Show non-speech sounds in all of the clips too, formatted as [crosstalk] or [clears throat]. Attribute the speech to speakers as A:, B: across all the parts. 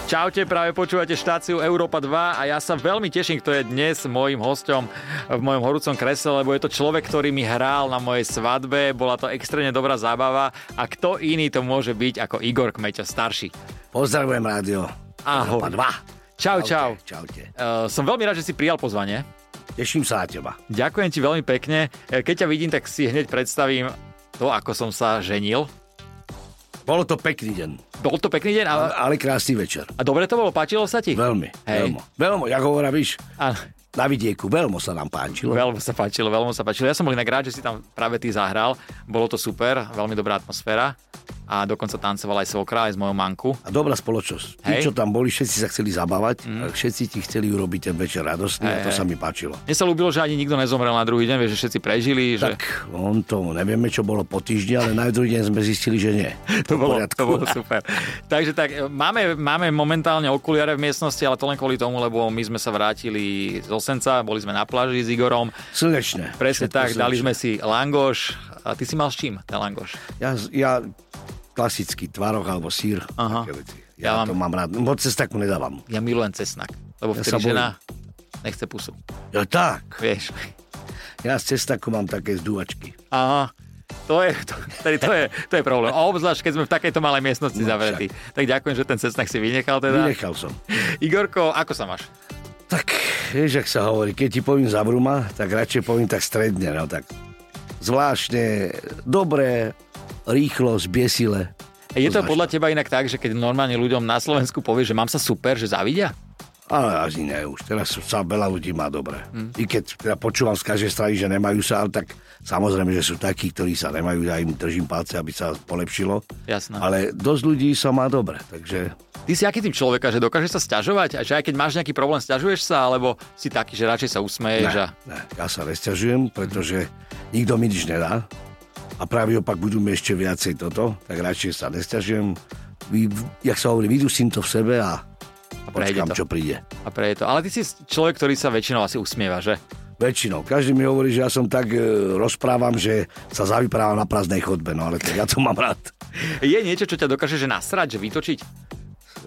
A: Čaute, práve počúvate štáciu Európa 2 a ja sa veľmi teším, kto je dnes môjim hosťom v mojom horúcom kresle, lebo je to človek, ktorý mi hral na mojej svadbe, bola to extrémne dobrá zábava a kto iný to môže byť ako Igor Kmeťo starší.
B: Pozdravujem rádio.
A: Ahoj.
B: Európa 2.
A: Čau, čau.
B: Čaute, čaute.
A: Eh, som veľmi rád, že si prijal pozvanie.
B: Teším sa na teba.
A: Ďakujem ti veľmi pekne. Eh, Keď ťa vidím, tak si hneď predstavím to, ako som sa ženil.
B: Bolo to pekný deň,
A: Bol to pekný deň a,
B: ale, ale krásny večer.
A: a dobre to bolo, páčilo sa ti?
B: Veľmi,
A: Hej.
B: veľmi. Veľmi, jak hovorím, víš,
A: Áno.
B: na vidieku, veľmi sa nám páčilo.
A: Veľmi sa páčilo, veľmi sa páčilo. Ja som bol inak rád, že si tam práve ty zahral. Bolo to super, veľmi dobrá atmosféra. A dokonca tancoval aj svokra, aj s mojou manku.
B: A dobrá spoločnosť. Tí,
A: Hej.
B: čo tam boli, všetci sa chceli zabávať, mm. všetci ti chceli urobiť ten večer radostný a to sa mi páčilo.
A: Mne sa ľúbilo, že ani nikto nezomrel na druhý deň, vieš, že všetci prežili. Že...
B: Tak on to, nevieme, čo bolo po týždni, ale na druhý deň sme zistili, že nie.
A: to, bolo,
B: v poriadku.
A: to bolo super. [laughs] Takže tak, e, máme, máme momentálne okuliare v miestnosti, ale to len kvôli tomu, lebo my sme sa vrátili z Osenca, boli sme na pláži s Igorom.
B: Slnečné.
A: Presne
B: Všetko
A: tak,
B: slnečné.
A: dali sme si langoš. A ty si mal s čím ten langoš?
B: Ja, ja klasický tvaroch alebo sír.
A: Aha.
B: také veci.
A: Ja
B: Ja, ja
A: mám-
B: to mám rád. Moc cez takú nedávam.
A: Ja milujem cesnak, lebo
B: Ja
A: vtedy
B: sa bojím.
A: žena nechce pusu.
B: Ja tak.
A: Vieš.
B: Ja z cestaku mám také zdúvačky.
A: Aha. To je, to, tedy to, je, to je problém. A obzvlášť, keď sme v takejto malej miestnosti
B: No,
A: zavretí. Tak ďakujem, že ten cesnak si vynechal teda.
B: Vynechal som.
A: Igorko, ako sa máš?
B: Tak, vieš, ak sa hovorí, keď ti poviem zabruma, tak radšej poviem tak stredne, no tak zvláštne, dobré, rýchlo, zbiesile.
A: Je to
B: Poznáš
A: podľa teba inak tak, že keď normálne ľuďom na Slovensku povieš, že mám sa super, že zavidia?
B: Ale asi ne už, teraz sa veľa ľudí má dobre. I keď teda počúvam z každej strany, že nemajú sa, ale tak samozrejme, že sú takí, ktorí sa nemajú, ja im držím palce, aby sa polepšilo.
A: Jasné.
B: Ale dosť ľudí sa má dobre, takže
A: Ty si aký typ človeka, že dokážeš sa sťažovať a že aj keď máš nejaký problém, sťažuješ sa, alebo si taký, že radšej sa usmeješ a...
B: ne, ne, ja sa nesťažujem, pretože nikto mi nič nedá a práve opak budú mi ešte viacej toto, tak radšej sa nesťažujem. Vy, jak sa hovorí, vydusím to v sebe a,
A: a prejde
B: počkám,
A: to.
B: čo príde.
A: A prejde to. Ale ty si človek, ktorý sa väčšinou asi usmieva, že?
B: Väčšinou. Každý mi hovorí, že ja som tak e, rozprávam, že sa zavyprávam na prázdnej chodbe, no ale tak ja to mám rád.
A: Je niečo, čo ťa dokáže že nasrať, že vytočiť?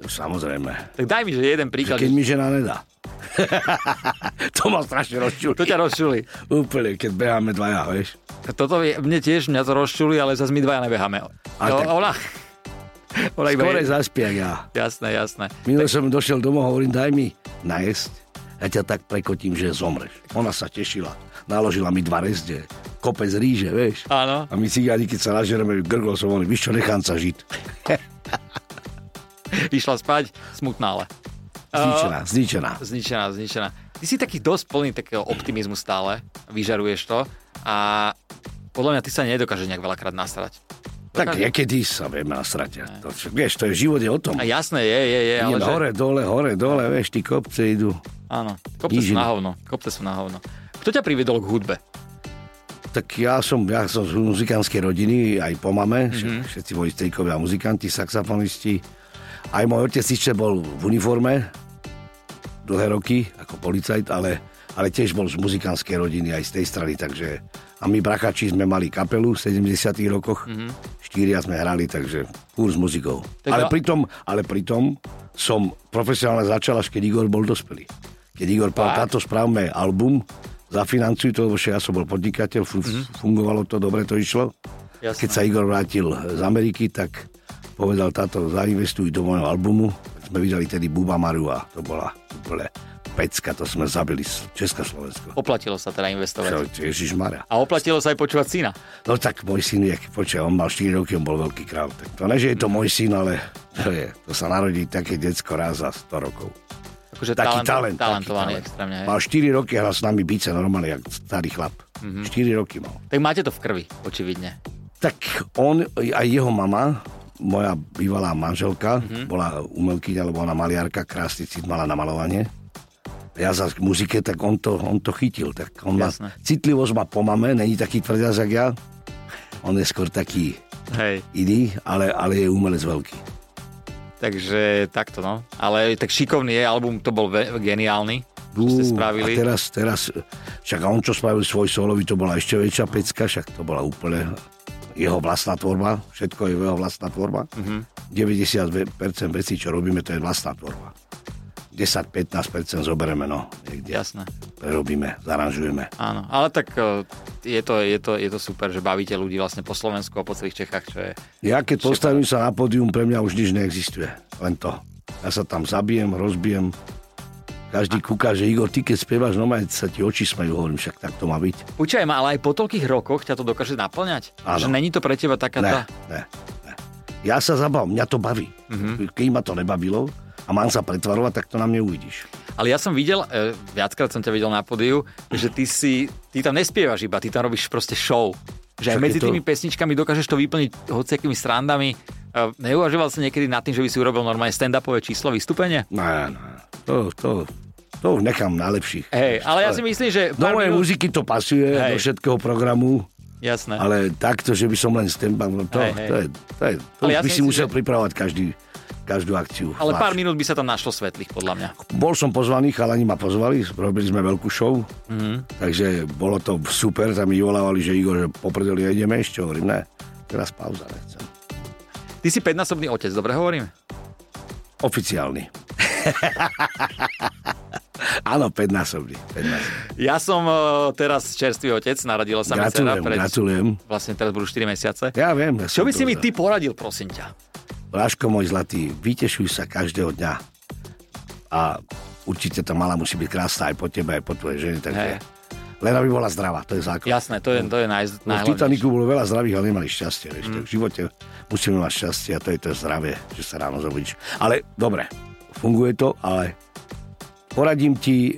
B: Samozrejme.
A: Tak daj mi, že jeden príklad.
B: Keď mi žena nedá. [laughs] to ma strašne rozčulí.
A: To ťa rozčuli.
B: Úplne, keď beháme dvaja, vieš.
A: Toto je, mne tiež, mňa to rozčuli, ale zase my dvaja nebeháme.
B: A
A: No,
B: tak-
A: ona... Ona iba...
B: Skore
A: je-
B: zaspiak ja.
A: Jasné, jasné.
B: Minule som došiel domov a hovorím, daj mi najesť. Ja ťa tak prekotím, že zomreš. Ona sa tešila. Naložila mi dva rezde, kopec ríže, vieš.
A: Áno.
B: A my cigáni, keď sa nažereme, grgol som hovoril, víš čo, nechám sa žiť.
A: Išla spať, smutná ale.
B: Zničená, zničená.
A: Zničená, zničená. Ty si taký dosť plný takého optimizmu stále, vyžaruješ to a podľa mňa ty sa nedokáže nejak veľakrát nasrať.
B: Tak niekedy sa vieme nasrať. To, vieš, to je život je o tom.
A: A jasné, je, je, je, ale
B: Idem
A: že...
B: hore, dole, hore, dole, vieš, tí kopce idú.
A: Áno, kopce sú
B: Nížina.
A: na hovno, kopce sú na hovno. Kto ťa priviedol k hudbe?
B: Tak ja som, ja som z muzikánskej rodiny, aj po mame,
A: Mhm.
B: mm-hmm. všetci moji strejkovia muzikanti, saxofonisti. Aj môj otec síce bol v uniforme dlhé roky ako policajt, ale, ale tiež bol z muzikánskej rodiny aj z tej strany, takže a my brachači sme mali kapelu v 70 rokoch, mm-hmm. štyria sme hrali, takže kúr s muzikou.
A: Mhm. Tak
B: ale,
A: a-
B: pritom, ale pritom som profesionálne začal, až keď Igor bol dospelý. Keď Igor
A: Tak.
B: povedal, táto správme album, zafinancuj to, lebo však ja som bol podnikateľ, fun- fungovalo to, dobre to išlo.
A: Jasné.
B: Keď sa Igor vrátil z Ameriky, tak povedal táto, zainvestuj do môjho albumu. Tak Sme vydali tedy Buba Maru a to bola úplne pecka, to sme zabili z Československo.
A: Oplatilo sa teda investovať.
B: Ježiš Mara.
A: A oplatilo sa aj počúvať syna.
B: No tak môj syn, jak počia, on mal 4 roky, on bol veľký král. Tak to ne, že je to môj syn, ale to, je, to sa narodí také decko raz za 100 rokov.
A: Akože
B: Taký talent.
A: talentovaný
B: taký talent.
A: extrémne. Hej.
B: Mal 4 roky a hral s nami bice normálne, jak starý chlap.
A: Mhm.
B: Mm-hmm. 4 roky mal.
A: Tak máte to v krvi, očividne.
B: Tak on aj jeho mama, moja bývalá manželka,
A: Mhm.
B: mm-hmm. bola umelkyňa, alebo ona maliarka, krásny cit mala na malovanie. Ja za k muzike, tak on to, on to chytil. Tak on má,
A: Jasné.
B: citlivosť má po mame, není taký tvrdiaz, jak ja. On je skôr taký
A: Hej.
B: iný, ale, ale je umelec veľký.
A: Takže takto, no. Ale tak šikovný je, album to bol ve- geniálny. Čo ste
B: Ú,
A: spravili.
B: A teraz, teraz, však on čo spravil svoj solový, to bola ešte väčšia
A: Mhm.
B: pecka, však to bola úplne jeho vlastná tvorba, všetko je jeho vlastná tvorba. Mm-hmm. 90% vecí, čo robíme, to je vlastná tvorba. 10-15% zoberieme, no, niekde.
A: Jasné.
B: Prerobíme, zaranžujeme.
A: Áno, ale tak e, je to, je, to, je to super, že bavíte ľudí vlastne po Slovensku a po celých Čechách, čo je...
B: Ja keď postavím sa na pódium, pre mňa už nič neexistuje. Len to. Ja sa tam zabijem, rozbijem. Každý kúka, že Igor, ty keď spievaš, no maj, sa ti oči smejú, hovorím, však tak to má byť.
A: Počkaj ma, ale aj po toľkých rokoch ťa to dokáže naplňať?
B: Áno.
A: Že není to pre teba taká tá...
B: Ne, ne, ne. Ja sa zabavám, mňa to baví.
A: Mhm.
B: Mm-hmm. Keď ma to nebavilo a mám sa pretvarovať, tak to na mne uvidíš.
A: Ale ja som videl, e, viackrát som ťa videl na podiu, že ty si, ty tam nespievaš iba, ty tam robíš proste show. Že aj
B: Však je
A: medzi
B: to-
A: tými pesničkami dokážeš to vyplniť hociakými srandami. E, Neuvažoval si niekedy nad tým, že by si urobil normálne stand-upové číslo vystúpenie?
B: Ne, ne, to, to, to už nechám najlepších.
A: Hej, ale ja si myslím, že... E,
B: Do
A: pár
B: mojej
A: minút-
B: muziky to pasuje,
A: Hej.
B: do všetkého programu,
A: Jasné.
B: ale takto, že by som len stempa, no to,
A: Hej, hej.
B: hey, hey. to, je, to, je, to
A: Ale
B: už
A: ja
B: by
A: si
B: si
A: myslím,
B: musel
A: že-
B: pripravovať každý, každú akciu.
A: Ale pár
B: zvlášť.
A: minút by sa tam našlo svetlých, podľa mňa.
B: Bol som pozvaný, chalani ma pozvali, robili sme veľkú show,
A: Mhm.
B: mm-hmm. takže bolo to super, tam mi volávali, že Igor, že poprdeli, ideme ešte, hovorím, ne, teraz pauza, nechcem.
A: Ty si 5-násobný otec, dobre hovorím?
B: Oficiálny. [laughs] Áno, 5-násobný. 5-násobný.
A: Ja som e, teraz čerstvý otec, narodila sa mi dcera
B: Gratulujem,
A: pred...
B: gratulujem.
A: Vlastne teraz budú 4 mesiace.
B: Ja viem. Ja
A: Čo
B: som
A: by si
B: to
A: mi
B: za-
A: ty poradil, prosím ťa?
B: Láško môj zlatý, vytešuj sa každého dňa. A určite tá mala musí byť krásna aj po tebe, aj po tvojej žene.
A: Hej.
B: Takže len aby bola zdravá, to je základ.
A: Jasné, to je, to je naj,
B: No, v
A: najhlavnejšie.
B: Titaniku bolo veľa zdravých, ale nemali šťastie. Vieš, mm. V živote musíme mať šťastie a to je to zdravie, že sa ráno zobudíš. Ale dobre, funguje to, ale poradím ti,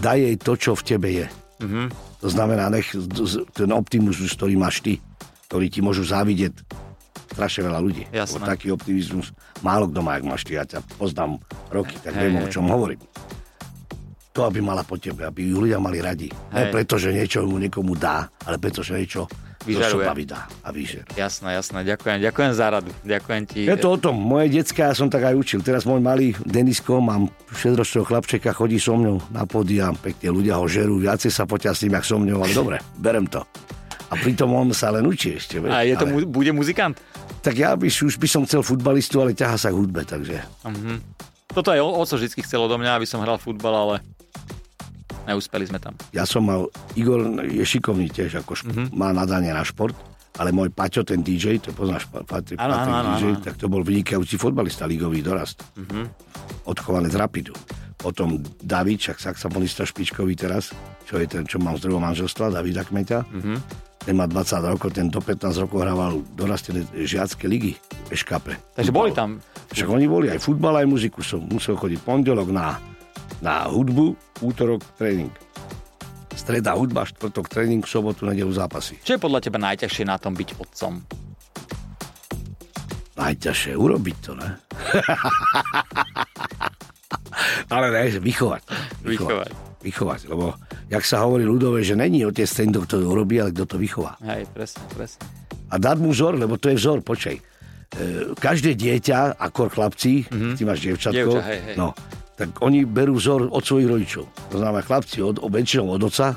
B: daj jej to, čo v tebe je.
A: Mhm.
B: To znamená, nech z- z- ten optimizmus, ktorý máš ty, ktorý ti môžu závidieť strašne veľa ľudí.
A: Jasné.
B: Lebo taký optimizmus málo kto má, ak máš ty. Ja ťa poznám roky, tak
A: Hej,
B: viem, o
A: hej.
B: čom hovorím. To, aby mala po tebe, aby ju ľudia mali radi. Ne
A: Hej.
B: preto, že niečo mu niekomu dá, ale preto, že niečo zo
A: Vyžaruje.
B: sobavy dá a vyžer.
A: Jasné, jasné, ďakujem, ďakujem za radu. Ďakujem ti.
B: Je to o tom. Moje decka, ja som tak aj učil. Teraz môj malý Denisko, mám 6-ročného chlapčeka, chodí so mnou na podiam, pekne ľudia ho žerú, viacej sa poťa s tým, jak so mnou, ale dobre, berem to. A pritom on sa len učí ešte. vieš,
A: A je to, mu-
B: ale...
A: bude muzikant?
B: Tak ja by, už by som chcel futbalistu, ale ťaha sa k hudbe, takže
A: Mhm. Toto aj o- oco vždy chcelo do mňa, aby som hral futbal, ale neúspeli sme tam.
B: ja som mal, Igor je šikovný tiež, ako šp-
A: Mhm.
B: mm-hmm. má nadanie na šport, ale môj Paťo, ten DJ, to poznáš, Pa- Patrik,
A: Áno,
B: Patrik
A: áno, áno,
B: DJ,
A: áno. Mhm.
B: tak to bol vynikajúci futbalista, ligový dorast. Mm-hmm. Odchované z Rapidu. Potom David, však saxofonista špičkový teraz, čo je ten, čo mám z druhého manželstva, Davida Kmeťa.
A: Mhm.
B: Mm-hmm. Ten má 20 rokov, ten do 15 rokov hrával dorastené žiacké ligy v Eškape.
A: Takže boli tam.
B: Však oni boli aj futbal, aj muziku. Som musel chodiť pondelok na, na hudbu, útorok tréning. Streda hudba, štvrtok tréning, sobotu, nedelu zápasy.
A: Čo je podľa teba najťažšie na tom byť otcom?
B: Najťažšie je urobiť to, ne? [laughs] Ale ne, že vychovať.
A: Vychovať.
B: Vychovať, lebo jak sa hovorí ľudové, že není otec ten, kto to urobí, ale kto to vychová.
A: Hej, presne, presne.
B: a dať mu vzor, lebo to je vzor, počkaj. E, každé dieťa, ako chlapci, mm-hmm. ty máš dievčatko,
A: Mhm. Dievča, hej, hej.
B: No, tak oni berú vzor od svojich rodičov. To znamená, chlapci od, o- väčšinou od oca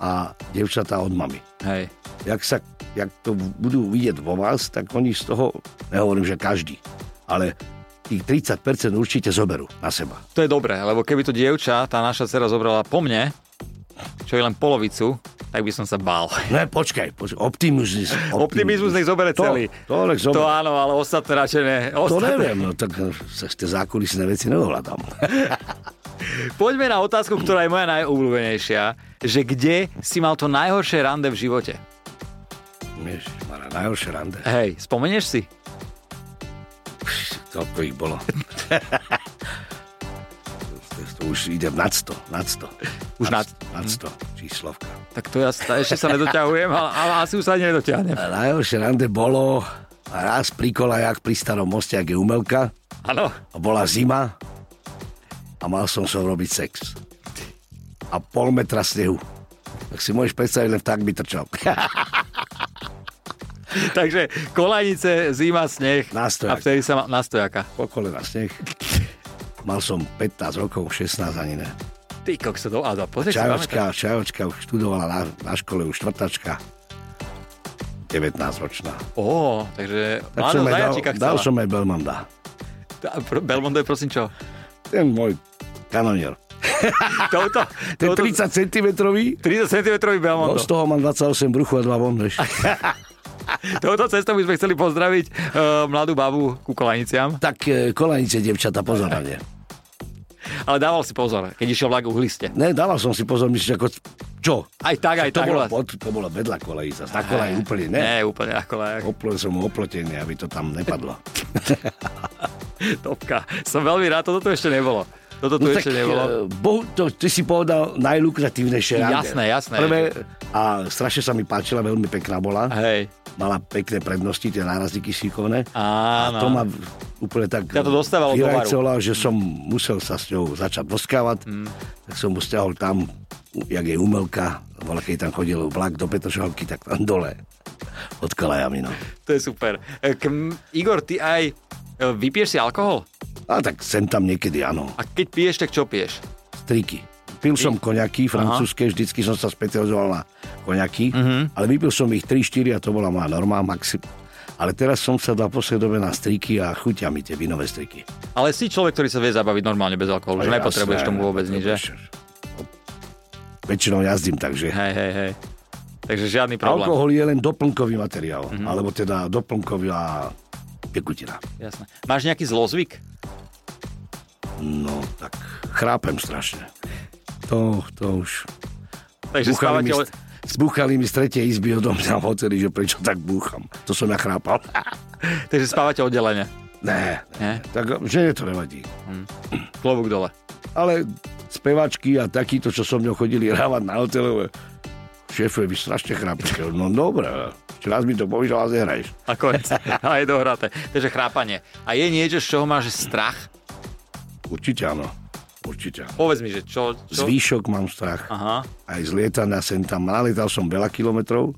B: a dievčatá od mamy.
A: Hej,
B: Jak, sa, jak to budú vidieť vo vás, tak oni z toho, nehovorím, že každý, ale tých 30% určite zoberú na seba.
A: to je dobré, lebo keby to dievča, tá naša dcera zobrala po mne, čo je len polovicu, tak by som sa bál.
B: Ne, počkaj, počkaj optimizmus.
A: Optimizmus nech zobere
B: To-
A: celý.
B: To, nech zoberie.
A: To áno, ale ostatné radšej ne.
B: to
A: Ostatné.
B: neviem, no tak no, sa tie zákulisné veci neovládam.
A: Poďme na otázku, ktorá je moja najobľúbenejšia, že kde si mal to najhoršie rande v živote?
B: Ježišmara, najhoršie rande.
A: Hej, spomenieš si?
B: Koľko ich bolo? to už ide nad 100, nad 100.
A: Už nad- Mhm.
B: Nad 100, číslovka.
A: Tak to ja sta- ešte sa nedoťahujem, ale, ale asi už sa ani nedoťahnem.
B: A najhoršie rande bolo raz pri kolajach pri starom moste, ak je umelka,
A: Áno,
B: a bola zima a mal som som robiť sex. A pol metra snehu. Tak si môžeš predstaviť, len tak by trčal. [laughs]
A: takže kolajnice, zima, sneh.
B: Na stojaka.
A: A vtedy sa ma... Na stojaka.
B: Po kolena sneh. Mal som 15 rokov, 16 ani ne.
A: Ty kokso, do... A do... Pozri, si,
B: Čajočka, Čajočka už študovala na, na škole, už štvrtačka. 19-ročná.
A: Ó, takže
B: Tak som
A: mladá
B: jej
A: zajačika
B: dal, dal
A: chcela.
B: som aj Belmanda.
A: A pr- Belmondo je prosím
B: [laughs]
A: čo?
B: Ten môj kanonier.
A: Touto,
B: Ten
A: touto
B: 30 cm,
A: 30 cm
B: no,
A: Belmondo.
B: z toho mám 28 bruchu a 2 von,
A: [laughs]
B: vieš.
A: Touto cestou by sme chceli pozdraviť e, mladú babu ku kolaniciam,
B: Tak e, kolanice, devčata, pozor na ne.
A: ale dával si pozor, keď išiel vlak uhliste.
B: Ne, dával som si pozor, myslíš, ako... Čo?
A: Aj tak, aj
B: to,
A: tak.
B: bolo,
A: vlast-
B: pod, to bolo vedľa kolejica, tá kolej úplne, ne?
A: Ne, úplne ako lek.
B: Oplel som mu oplotenie, aby to tam nepadlo.
A: Topka. Som veľmi rád, toto tu ešte nebolo. Toto tu ešte nebolo.
B: e, bohu, to, ty si povedal najlukratívnejšie rande.
A: Jasné, jasné.
B: Prvé, a strašne sa mi páčila, veľmi pekná bola.
A: Hej,
B: Mala pekné prednosti, tie nárazníky šikovné.
A: áno.
B: To ma úplne tak
A: Ťa to dostávalo do varu.
B: vyrajcovala, že som musel sa s ňou začať boskávať.
A: Hmm.
B: Mm. Tak som mu stiahol tam, jak je umelka, bola, keď tam chodil vlak do Petrošovky, tak tam dole. Od Kalajami, no.
A: To je super. E, Km, Igor, ty aj e, vypiješ si alkohol?
B: A tak sem tam niekedy, áno.
A: A keď piješ, tak čo piješ?
B: Triky. Pil som koňaky francúzske, vždycky som sa specializoval na koňaky,
A: Mhm.
B: ale vypil som ich 3-4 a to bola moja norma, maxim. Ale teraz som sa dal poslednej dobe na striky a chutia mi tie vinové striky.
A: Ale si človek, ktorý sa vie zabaviť normálne bez alkoholu, že
B: Ale
A: nepotrebuješ
B: No, jasné,
A: tomu vôbec nič, že?
B: nepotrebuješ. No, Väčšinou jazdím, takže...
A: Hej, hej, hej. Takže žiadny problém. Mhm.
B: Alkohol je len doplnkový materiál, alebo teda doplnková tekutina.
A: Jasné. Máš nejaký zlozvyk?
B: No, tak chrápem strašne. To, to už...
A: Takže
B: Búchali mi,
A: spávate...
B: z- zbúchali mi z tretej izby odo mňa [laughs] v hoteli, že prečo tak búcham. To som ja chrápal.
A: Takže spávate oddelenie.
B: Ne,
A: Ne?
B: tak žene to nevadí.
A: Klobúk dole.
B: Ale spevačky a takíto, čo so mňou chodili hrávať na hotelové, šéfe, vy strašne chrápete. No dobre, ešte raz mi to povieš a vás nehraješ.
A: A
B: [laughs]
A: konec. a je dohraté. Takže chrápanie. A je niečo, z čoho máš strach?
B: Určite áno, určite áno.
A: Povedz mi, že čo...
B: Z
A: čo?
B: výšok mám strach.
A: Aha.
B: aj z lietania sem tam. Nalietal som veľa kilometrov,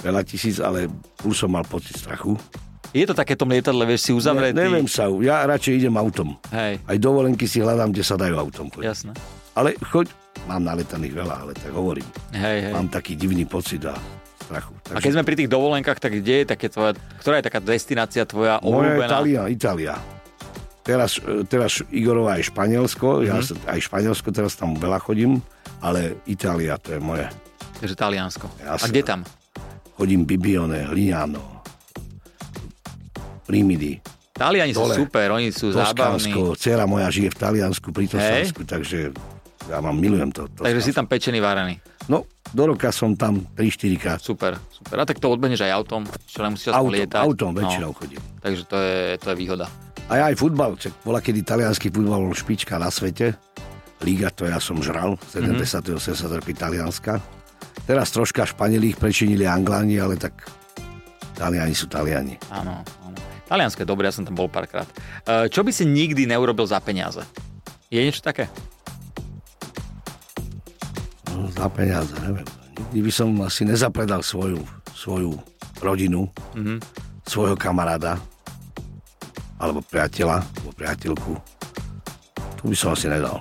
B: veľa tisíc, ale už som mal pocit strachu.
A: Je to takéto lietadle, vieš si uzavretý?
B: Ne, neviem sa, ja radšej idem autom.
A: Hej,
B: Aj dovolenky si hľadám, kde sa dajú autom. Ja.
A: jasné.
B: Ale choď, mám naletaných veľa, ale tak hovorím.
A: Hej, hej.
B: Mám taký divný pocit a strachu.
A: A keď sme pri tých dovolenkách, tak kde je také tvoja, ktorá je taká destinácia tvoja
B: moja
A: obľúbená?
B: Itália, Itália. Teraz, e, teraz Igorova je
A: Mhm.
B: Španielsko, ja sa, aj Španielsko teraz tam veľa chodím, ale Itália to je moje.
A: Takže Taliansko. A
B: Jasné.
A: kde tam?
B: Chodím Bibione, Liano, Rimini.
A: Taliani
B: Dole.
A: sú super, oni sú zábavní.
B: Toskánsko, dcera moja žije v Taliansku, pri Toskansku, takže ja mám, milujem to. to
A: Takže si tam pečený, varený.
B: No, do roka som tam 3-4 krát.
A: Super, super. A tak to odbehneš aj autom, čo nemusíš často
B: Autom,
A: lietať.
B: autom väčšinou chodím.
A: No, takže to je, to je výhoda.
B: A ja aj futbal, čak bola kedy talianský futbal bol špička na svete. Liga to ja som žral, 70. Mm-hmm. 80. roky talianska. Teraz troška Španieli ich prečinili Angláni, ale tak Taliani sú Taliani.
A: Áno, áno. Taliansko je dobré, ja som tam bol párkrát. E, Čo by si nikdy neurobil za peniaze? Je niečo také?
B: No, za peniaze, neviem. Nikdy by som asi nezapredal svoju, svoju rodinu,
A: Mhm.
B: svojho kamaráda, alebo priateľa, alebo priateľku. Tu by som asi nedal.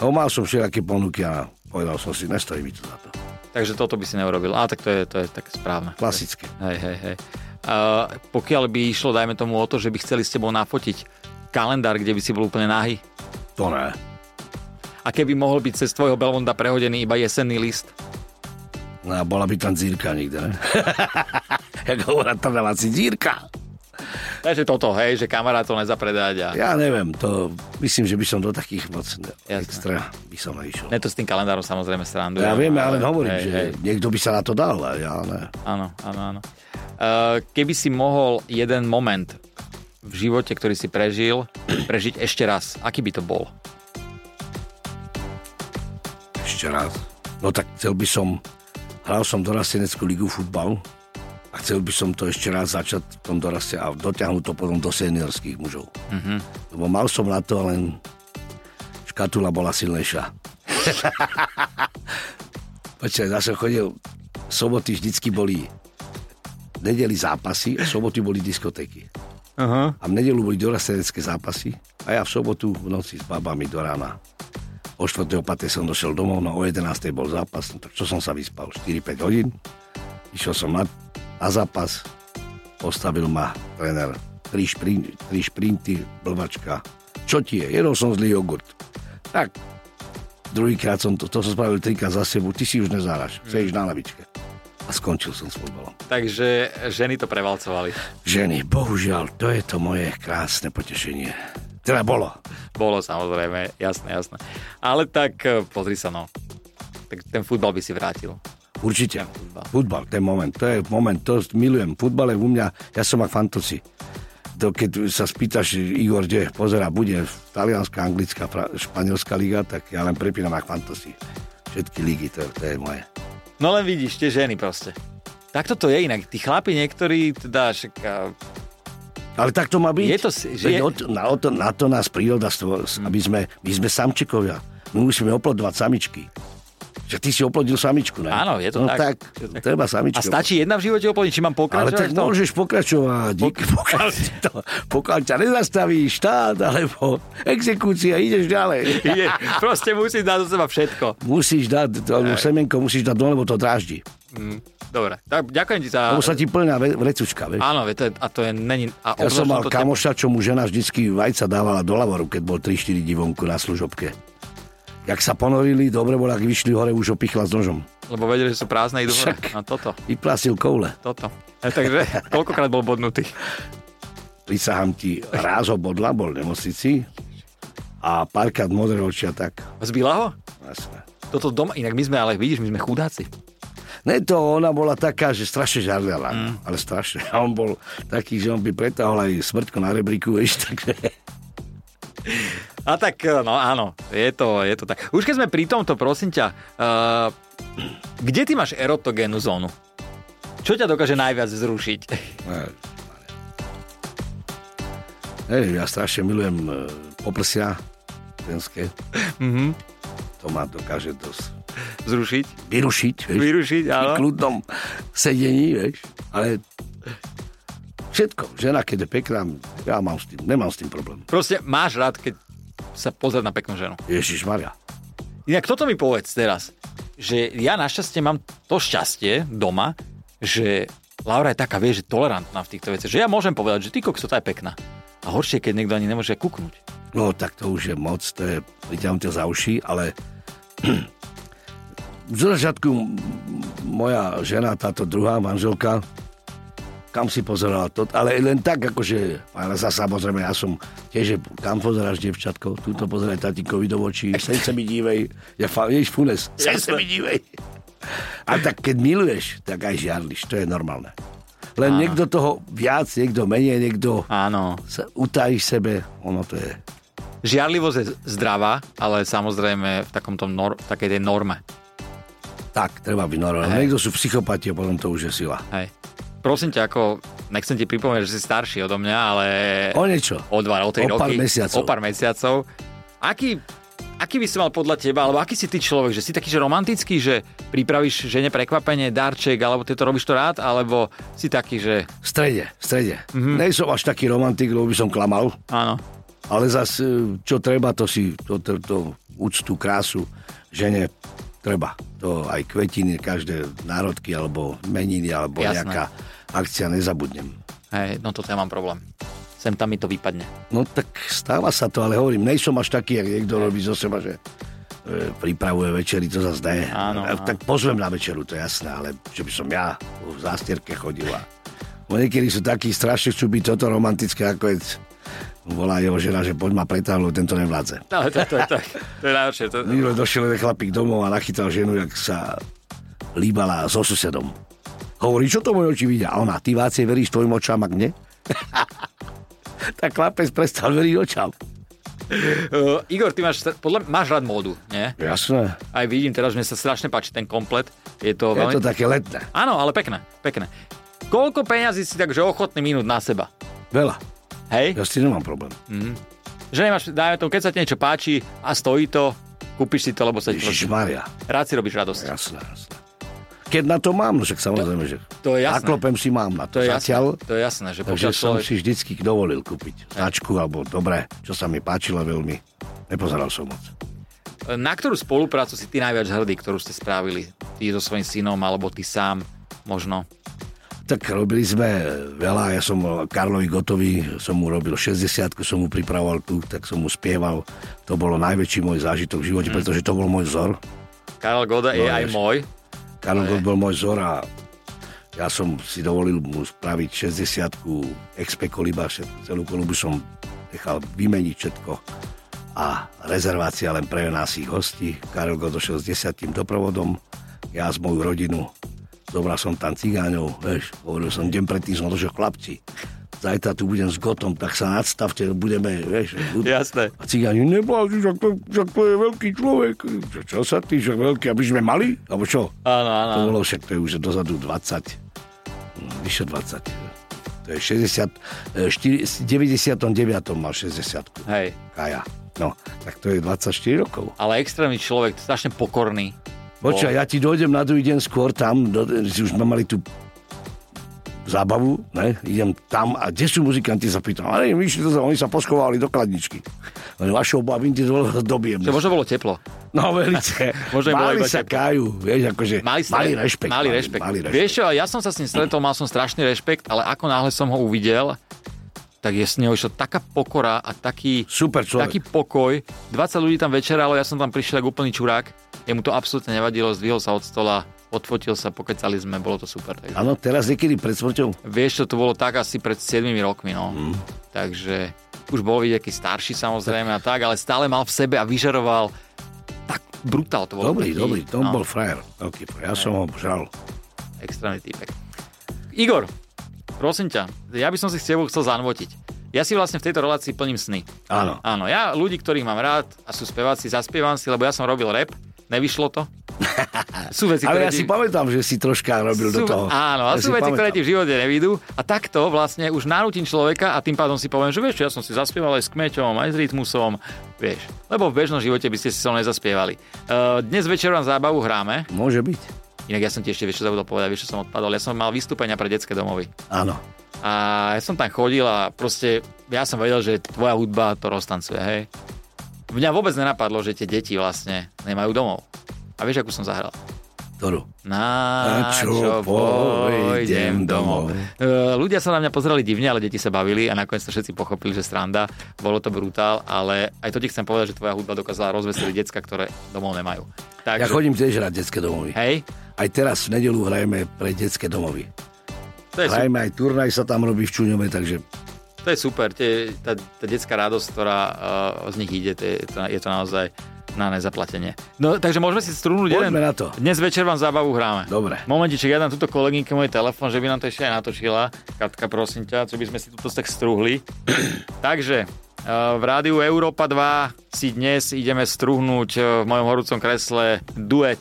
B: No, mal som všelijaké ponuky a povedal som si, nestojí mi to za to.
A: Takže toto by si neurobil. A tak to je, to je také správne.
B: Klasické.
A: Hej, hej, hej. A pokiaľ by išlo, dajme tomu, o to, že by chceli s tebou nafotiť kalendár, kde by si bol úplne nahý
B: To ne.
A: a keby mohol byť cez tvojho Belmonda prehodený iba jesenný list.
B: No a bola by tam dírka niekde, ne? [laughs] Jak hovorá Trnavací, dírka.
A: Takže toto, hej, že kamarátov nezapredať a
B: Ja neviem, to myslím, že by som do takých moc ne,
A: Jasné.
B: extra by som neišiel.
A: ne to s tým kalendárom samozrejme srandujem.
B: Ja viem, ale hovorím,
A: hej,
B: že
A: hej.
B: niekto by sa na to dal, ale ja ne.
A: Áno, áno, áno. Uh, keby si mohol jeden moment v živote, ktorý si prežil, prežiť ešte raz, aký by to bol?
B: Ešte raz. No tak chcel by som, hral som dorasteneckú ligu futbal a chcel by som to ešte raz začať v tom doraste a dotiahnuť to potom do seniorských mužov. Mm-hmm. Lebo mal som na to, len škatula bola silnejšia. Počkaj, ja som chodil, soboty vždycky boli nedeli zápasy a soboty boli diskotéky.
A: Uh-huh.
B: A v nedelu boli dorastenecké zápasy a ja v sobotu v noci s babami do rána. O 4. o 5. som došiel domov, no o 11. bol zápas, no tak čo som sa vyspal? 4-5 hodín. Išiel som na na zápas postavil ma tréner. Tri, šprin, tri šprinty, blbačka. Čo ti je? Jedol som zlý jogurt. Tak, druhýkrát som to, to som spravil trikrát za sebou, ty si už nezáraš, sedíš na lavičke. A skončil som s futbalom.
A: Takže ženy to prevalcovali.
B: Ženy, bohužiaľ, to je to moje krásne potešenie. Teda bolo.
A: Bolo samozrejme, jasné, jasné. Ale tak e, pozri sa no. Tak ten futbal by si vrátil.
B: Určite.
A: Futbal.
B: Futbal, ten moment, to je moment, to milujem. Futbal je u mňa, ja som ak fantoci. To, keď sa spýtaš, Igor, kde pozera, bude talianská, anglická, fra- španielská liga, tak ja len prepínam ak fantoci. Všetky ligy, to, to je moje.
A: No len vidíš, tie ženy proste. Tak toto je inak. Tí chlapi niektorí, teda však, a
B: Ale tak to má byť.
A: Je to si- že
B: Veď
A: je-
B: o to- na, o to, na to nás príroda stvorila, aby sme, my sme samčikovia. My musíme oplodovať samičky. Že ty si oplodil samičku, ne?
A: Áno, je to
B: no,
A: tak.
B: tak.
A: Je to tak.
B: treba
A: a
B: samičku.
A: stačí no. jedna v živote oplniť, či mám
B: Ale
A: pokračovať?
B: tak
A: v [laughs] tom?
B: môžeš pokračovať, díky, [laughs] pokiaľ, si to, pokiaľ ťa nezastaví štát alebo exekúcia, ideš ďalej.
A: [laughs] Ide, proste musíš dať do seba všetko.
B: Musíš dať, to, alebo semienko musíš dať dole, lebo to dráždi.
A: Mm, dobre, tak ďakujem ti za...
B: Lebo sa ti plňa ve- vrecučka, vieš.
A: Áno, ve, to je, a to je není... A
B: Ja
A: obzvlášť
B: som mal
A: to tebe-
B: kamoša, čo mu žena vždycky vajca dávala do lavoru, keď bol 3-4 divonku na služobke. Jak sa ponorili, dobre bol, ak vyšli hore, už opichla s nožom.
A: Lebo vedeli, že sú prázdne, idú hore.
B: Však.
A: A toto,
B: Vyplasil koule. [laughs]
A: toto. E, takže koľkokrát bol bodnutý?
B: Prisahám ti, raz ho bodla, bol v nemocnici a párkrát modré očia, tak
A: Zbila ho?
B: jasné.
A: Toto doma, inak my sme, ale vidíš, my sme chudáci.
B: Ne to, ona bola taká, že strašne žarlela, mm. ale strašne. [laughs] A on bol taký, že on by pretahol aj smrťko na rebríku, vieš, takže...
A: A tak, no áno, je to, je to tak. Už keď sme pri tomto, prosím ťa, uh, kde ty máš erotogénnu zónu? Čo ťa dokáže najviac zrušiť? [laughs]
B: Ne, Neviem, ja strašne milujem e, poprsia ženské.
A: Mhm,
B: To ma dokáže dosť
A: zrušiť?
B: vyrušiť, vieš.
A: Vyrušiť,
B: Pri
A: áno.
B: kľudnom sedení, vieš. Ale všetko. Žena, keď je pekná, ja mám s tým, nemám s tým problém.
A: Proste máš rád, keď sa pozrieť na peknú ženu.
B: Ježiš Maria.
A: Inak toto mi povedz teraz, že ja našťastie mám to šťastie doma, že Laura je taká, vieš, že tolerantná v týchto veciach, že ja môžem povedať, že ty kokso, tá je pekná. A horšie, keď niekto ani nemôže kúknúť.
B: No, tak to už je moc, to je priťahnuté za uši, ale [clears throat] v začiatku m- moja žena, táto druhá manželka, kam si pozerala to, ale len tak, akože, ale za samozrejme, ja som tiež, že kam pozeráš, devčatko, túto pozeraj tatikovi do očí, sen sa mi dívej, ja fa, vieš, funes, sen sa mi dívej. A tak keď miluješ, tak aj žiarliš, to je normálne. Len niekto toho viac, niekto menej, niekto
A: Áno.
B: sa utají v sebe, ono to je
A: Žiarlivosť je zdravá, ale samozrejme v, takomto nor- v takej tej norme.
B: Tak, treba byť normálne.
A: Hej.
B: Niekto sú psychopati a potom to už je sila.
A: Hej. Prosím ťa, ako, nechcem ti pripomínať, že si starší odo mňa, ale...
B: O niečo.
A: O dva, o tri
B: O pár
A: roky.
B: mesiacov.
A: O pár mesiacov. Aký, aký by si mal podľa teba, alebo aký si ty človek, že si taký, že romantický, že pripravíš žene prekvapenie, darček, alebo ty to robíš to rád, alebo si taký, že
B: V strede, v strede.
A: Mhm.
B: Mm-hmm. Nej som až taký romantik, lebo by som klamal,
A: áno.
B: ale zas, e, čo treba, to si, to, to, to úctu, krásu, žene treba. To aj kvetiny, každé národky, alebo meniny, alebo
A: Jasné.
B: Jasné. nejaká akcia, nezabudnem.
A: Hej, no toto ja mám problém. Sem tam mi to vypadne.
B: No tak stáva sa to, ale hovorím, nej som až taký, jak niekto robí zo seba, že e, pripravuje večeri, to zase ne.
A: Áno,
B: E, tak pozvem na večeru, to je jasné, ale že by som ja v zástierke chodila. Niekedy sú takí strašne chcú byť toto romantické, ako je volá jeho žena, že poď ma pretáhlo, tento nevládze.
A: No, to, to, to, to, to je najhoršie. To,
B: Minule došiel jeden chlapík domov a nachytal ženu, jak sa líbala so susedom. Hovorí, čo to moje oči vidia? A ona, ty Vácie, veríš tvojim očám a mne? [laughs] tak chlapec prestal veriť očám.
A: Uh, [laughs] Igor, ty máš, podľa, máš rád módu, nie?
B: Jasné.
A: Aj vidím teraz, že mne sa strašne páči ten komplet. Je to
B: Je
A: veľmi...
B: to také letné.
A: Áno, ale pekné, pekné. Koľko peňazí si takže ochotný minúť na seba?
B: Veľa.
A: Hej?
B: Ja s tým nemám problém.
A: No, Že nemáš, dajme tomu, keď sa ti niečo páči a stojí to, kúpiš si to, lebo sa ti
B: Ježiš
A: to...
B: Maria.
A: Rád si robíš radosť.
B: Jasné, jasné. Keď na to mám, no však samozrejme, že...
A: to je jasné.
B: Naklopem si mám na
A: To
B: to.
A: je
B: Zatiaľ,
A: jasné, to je jasné, že
B: takže
A: pokiaľ
B: som
A: človek...
B: si vždycky dovolil kúpiť značku, alebo dobré, čo sa mi páčilo veľmi. Nepozeral som moc.
A: Na ktorú spoluprácu si ty najviac hrdý, ktorú ste spravili? Ty so svojím synom, alebo ty sám, možno.
B: Tak robili sme veľa, ja som Karlovi Gotovi, som mu robil 60 som mu pripravoval tu, tak som mu spieval. To bolo najväčší môj zážitok v živote, mm. pretože to bol môj vzor.
A: Karel Goda je
B: No,
A: aj
B: vieš.
A: môj.
B: Karol Gott bol môj vzor a ja som si dovolil mu spraviť 60 XP koliba, všetko, celú kolubu som nechal vymeniť všetko a rezervácia len pre našich hostí. Karol Gott došiel s 10 doprovodom, ja s moju rodinu, zobral som tam cigáňov, vieš, hovoril som deň predtým, som došiel chlapci, zajtra tu budem s Gotom, tak sa nadstavte, budeme, vieš, budú-
A: Jasné.
B: a cigáni, neblázni, že to, že to je veľký človek. Čo, čo sa ty, že veľký, aby sme mali? Alebo čo?
A: Áno, áno.
B: To bolo však, to je už dozadu 20, mm, vyše 20. To je 60, e, štyri- v 99. mal 60
A: Hej.
B: Kaja. No, tak to je 24 rokov.
A: Ale extrémny človek, strašne pokorný. No.
B: Počkaj, ja ti dojdem na druhý deň skôr tam, do, si už sme mali tú zábavu, ne? idem tam a kde sú muzikanti, sa pýtam, ale my išli to, za- oni sa poskovali do kladničky. Oni vašou babín, ty to dobijem.
A: To možno bolo teplo.
B: No [laughs] velice.
A: Možno im bolo
B: mali
A: iba
B: sa
A: teplo.
B: kajú, vieš, akože mali,
A: ste-
B: mali rešpekt.
A: Mali rešpekt.
B: Mali rešpekt.
A: Vieš čo, ja som sa s ním stretol, mal som strašný rešpekt, ale ako náhle som ho uvidel, tak je z neho išla taká pokora a taký,
B: Super človek.
A: taký pokoj. 20 ľudí tam večeralo, ja som tam prišiel ako úplný čurák. Jemu to absolútne nevadilo, zdvihol sa od stola, odfotil sa, pokecali sme, bolo to super. Takže.
B: Áno, teraz niekedy pred smrťou.
A: Vieš, čo to bolo tak asi pred 7 rokmi, no.
B: Mhm.
A: Mm. Takže už bol vidieť, aký starší samozrejme a tak, ale stále mal v sebe a vyžaroval tak brutál to bolo. no.
B: Dobrý, dobrý, to bol frajer. Veľký frajer. Ja som ho žral.
A: Extrémny týpek. Igor, prosím ťa, ja by som si s tebou chcel zanvotiť. Ja si vlastne v tejto relácii plním sny.
B: Áno.
A: Áno, ja ľudí, ktorých mám rád a sú speváci, zaspievam si, lebo ja som robil rap, nevyšlo
B: [laughs]
A: to. Sú veci,
B: Ale
A: ktoré
B: ja
A: ti-
B: si pamätám, že si troška robil do
A: sú,
B: toho.
A: Áno, a
B: Ja
A: sú
B: si
A: veci,
B: pamätám.
A: ktoré ti v živote nevidú. A takto vlastne už narútim človeka a tým pádom si poviem, že vieš čo, ja som si zaspieval aj s kmeťom, aj s rytmusom, vieš. Lebo v bežnom živote by ste si so mnou nezaspievali. Uh, dnes večer vám zábavu hráme.
B: Môže byť.
A: Inak ja som ti ešte vieš, čo zabudol povedať, vieš, čo som odpadol. Ja som mal vystúpenia pre detské domovy.
B: Áno.
A: A ja som tam chodil a proste ja som vedel, že tvoja hudba to roztancuje, hej. Mňa vôbec nenapadlo, že tie deti vlastne nemajú domov. A vieš, akú som zahral?
B: Ktorú?
A: Na
B: Na čo pôjdem domov.
A: E, Ľudia sa na mňa pozerali divne, ale deti sa bavili a nakoniec to všetci pochopili, že stranda. Bolo to brutál, ale aj to ti chcem povedať, že tvoja hudba dokázala rozveseliť decka, ktoré domov nemajú.
B: Ja
A: Takže,
B: chodím tiež hrať detské domovy.
A: hej,
B: Aj teraz v nedelu hrajeme pre detské domovy.
A: to je, super,
B: Hrajeme aj turnaj sa tam robí v Čuňove, takže
A: to je super. Tie, tá, tá detská radosť, ktorá e, z nich ide, to je, to, je to naozaj na nezaplatenie. No, takže môžeme si strunúť jeden.
B: poďme na to.
A: Dnes večer vám zábavu hráme.
B: Dobre.
A: Momentiček, ja dám túto kolegynke môj telefon, že by nám to ešte aj natočila. Katka, prosím ťa, čo by sme si túto tak
B: [clears throat]
A: strúhli. Takže, eh, v rádiu Európa 2 si dnes ideme strúhnúť eh, v mojom horúcom kresle duet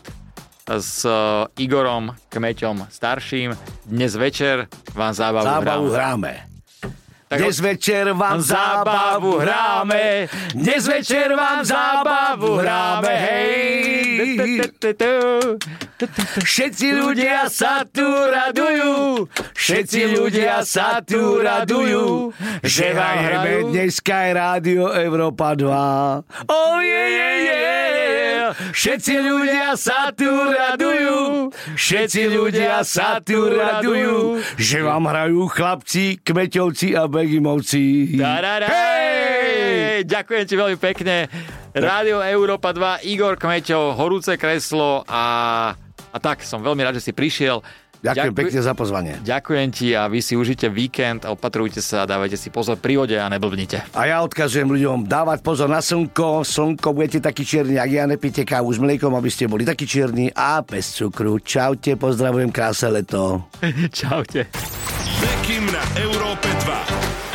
A: s eh, Igorom Kmeťom starším. Dnes večer vám zábavu,
B: Zábavu
A: hráme.
B: hráme.
A: Tak
B: Dnes večer vám zábavu hráme, dnes večer vám zábavu hráme, hej. Všetci ľudia sa tu radujú, všetci ľudia sa tu radujú, že hrajeme dneska aj Rádio Európa 2. Oh, je, je, je, Všetci ľudia sa tu radujú, všetci ľudia sa tu radujú, že vám hrajú chlapci, kmeťovci a begimovci.
A: Tarara!
B: Hej!
A: Ďakujem ti veľmi pekne. Rádio Európa 2, Igor Kmeťov, horúce kreslo a, a tak, som veľmi rád, že si prišiel.
B: Ďakujem
A: Ďakuj-
B: pekne za pozvanie.
A: Ďakujem ti a vy si užite víkend, a opatrujte sa, dávajte si pozor pri vode a neblbnite.
B: [laughs] A ja odkazujem ľuďom dávať pozor na slnko. Slnko, budete taký čierny, ak ja nepíte kávu s mliekom, aby ste boli taký čierni a bez cukru. Čaute, pozdravujem, krásne leto.
A: Čaute.
C: Bekim na Európe 2.